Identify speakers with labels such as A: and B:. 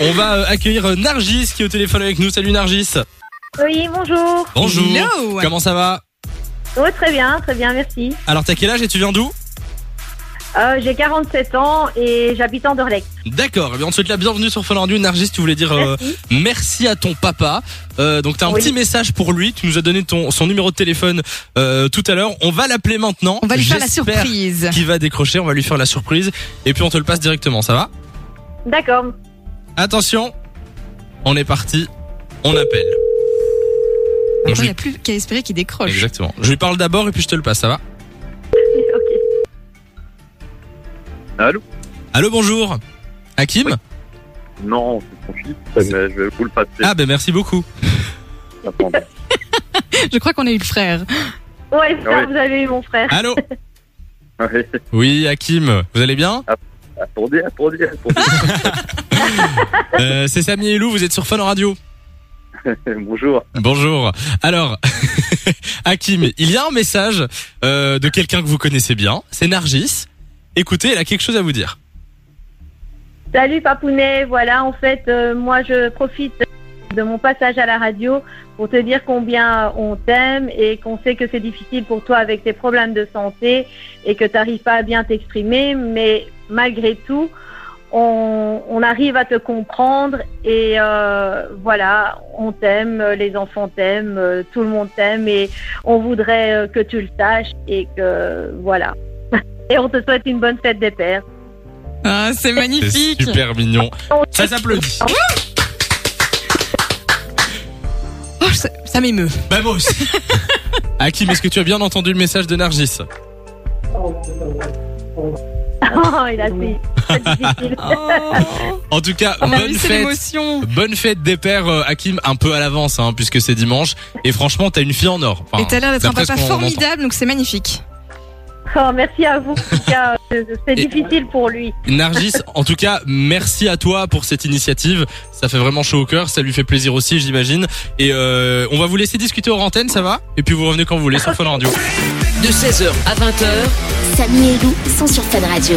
A: On va euh, accueillir Nargis qui est au téléphone avec nous. Salut Nargis.
B: Oui, bonjour.
A: Bonjour.
C: Hello.
A: Comment ça va
B: Oh, très bien, très bien, merci.
A: Alors t'as quel âge et tu viens d'où
B: Euh, J'ai 47 ans et j'habite en Dorlex.
A: D'accord. Eh bien, on te souhaite la bienvenue sur Fun Radio. Nargis, tu voulais dire euh,
B: Merci.
A: merci à ton papa. Euh, donc t'as un
B: Oui.
A: petit message pour lui. Tu nous as donné ton son numéro de téléphone euh, tout à l'heure. On va l'appeler maintenant.
C: On va lui faire la
A: J'espère
C: surprise.
A: Qu'il va décrocher. On va lui faire la surprise. Et puis on te le passe directement. Ça va
B: D'accord.
A: Attention. On est parti. On appelle.
C: Attends,
A: je
C: Il
A: lui-
C: n'y a plus qu'à espérer qu'il décroche.
A: Exactement. Je lui parle d'abord et puis je te le passe. Ça va
B: Ok.
D: Allô
A: Allô, bonjour. Hakim.
D: Non, c'est son fils, mais je vais vous le passer.
A: Ah ben merci beaucoup.
D: Attendez.
C: Je crois qu'on a eu le frère.
B: Ouais, ça,
D: Ouais.
B: vous avez eu mon frère.
A: Allô
D: Ouais.
A: Oui, Hakim, vous allez bien
D: attendez, attendez, attendez.
A: euh, C'est Samy et Lou, vous êtes sur Fun Radio.
D: Bonjour.
A: Bonjour. Alors, Hakim, il y a un message euh, de quelqu'un que vous connaissez bien, c'est Nargis. Écoutez, elle a quelque chose à vous dire.
B: Salut Papounet, voilà, en fait, euh, moi je profite de mon passage à la radio pour te dire combien on t'aime et qu'on sait que c'est difficile pour toi avec tes problèmes de santé et que tu n'arrives pas à bien t'exprimer, mais malgré tout, on, on arrive à te comprendre et euh, voilà, on t'aime, les enfants t'aiment, euh, tout le monde t'aime et on voudrait euh, que tu le saches et que voilà. Et on te souhaite une bonne fête des pères.
C: Ah, c'est
A: C'est
C: magnifique.
A: super mignon. Ça s'applaudit.
C: Ah Oh, ça ça m'émeut.
A: Bah moi aussi. Hakim, est-ce que tu as bien entendu le message de Nargis
B: Oh, il a fait. C'est difficile.
C: Oh,
A: En tout cas,
C: on a
A: bonne
C: vu, c'est
A: fête.
C: l'émotion.
A: Bonne fête des pères, euh, Hakim, un peu à l'avance, hein, puisque c'est dimanche. Et franchement, t'as une fille en or. Enfin,
C: Et t'as l'air d'être un
A: d'après ce
C: papa
A: qu'on entend.
C: formidable, donc c'est magnifique.
B: Oh, merci à vous. En tout cas, euh, c'est
A: Et-
B: difficile pour lui.
A: Nargis, en tout cas, merci à toi pour cette initiative. Ça fait vraiment chaud au cœur, ça lui fait plaisir aussi, j'imagine. Et euh, on va vous laisser discuter hors antenne, ça va Et puis vous revenez quand vous voulez sur Fun Radio.
E: de 16h à 20h.
F: Samy et Lou sont sur Fan Radio.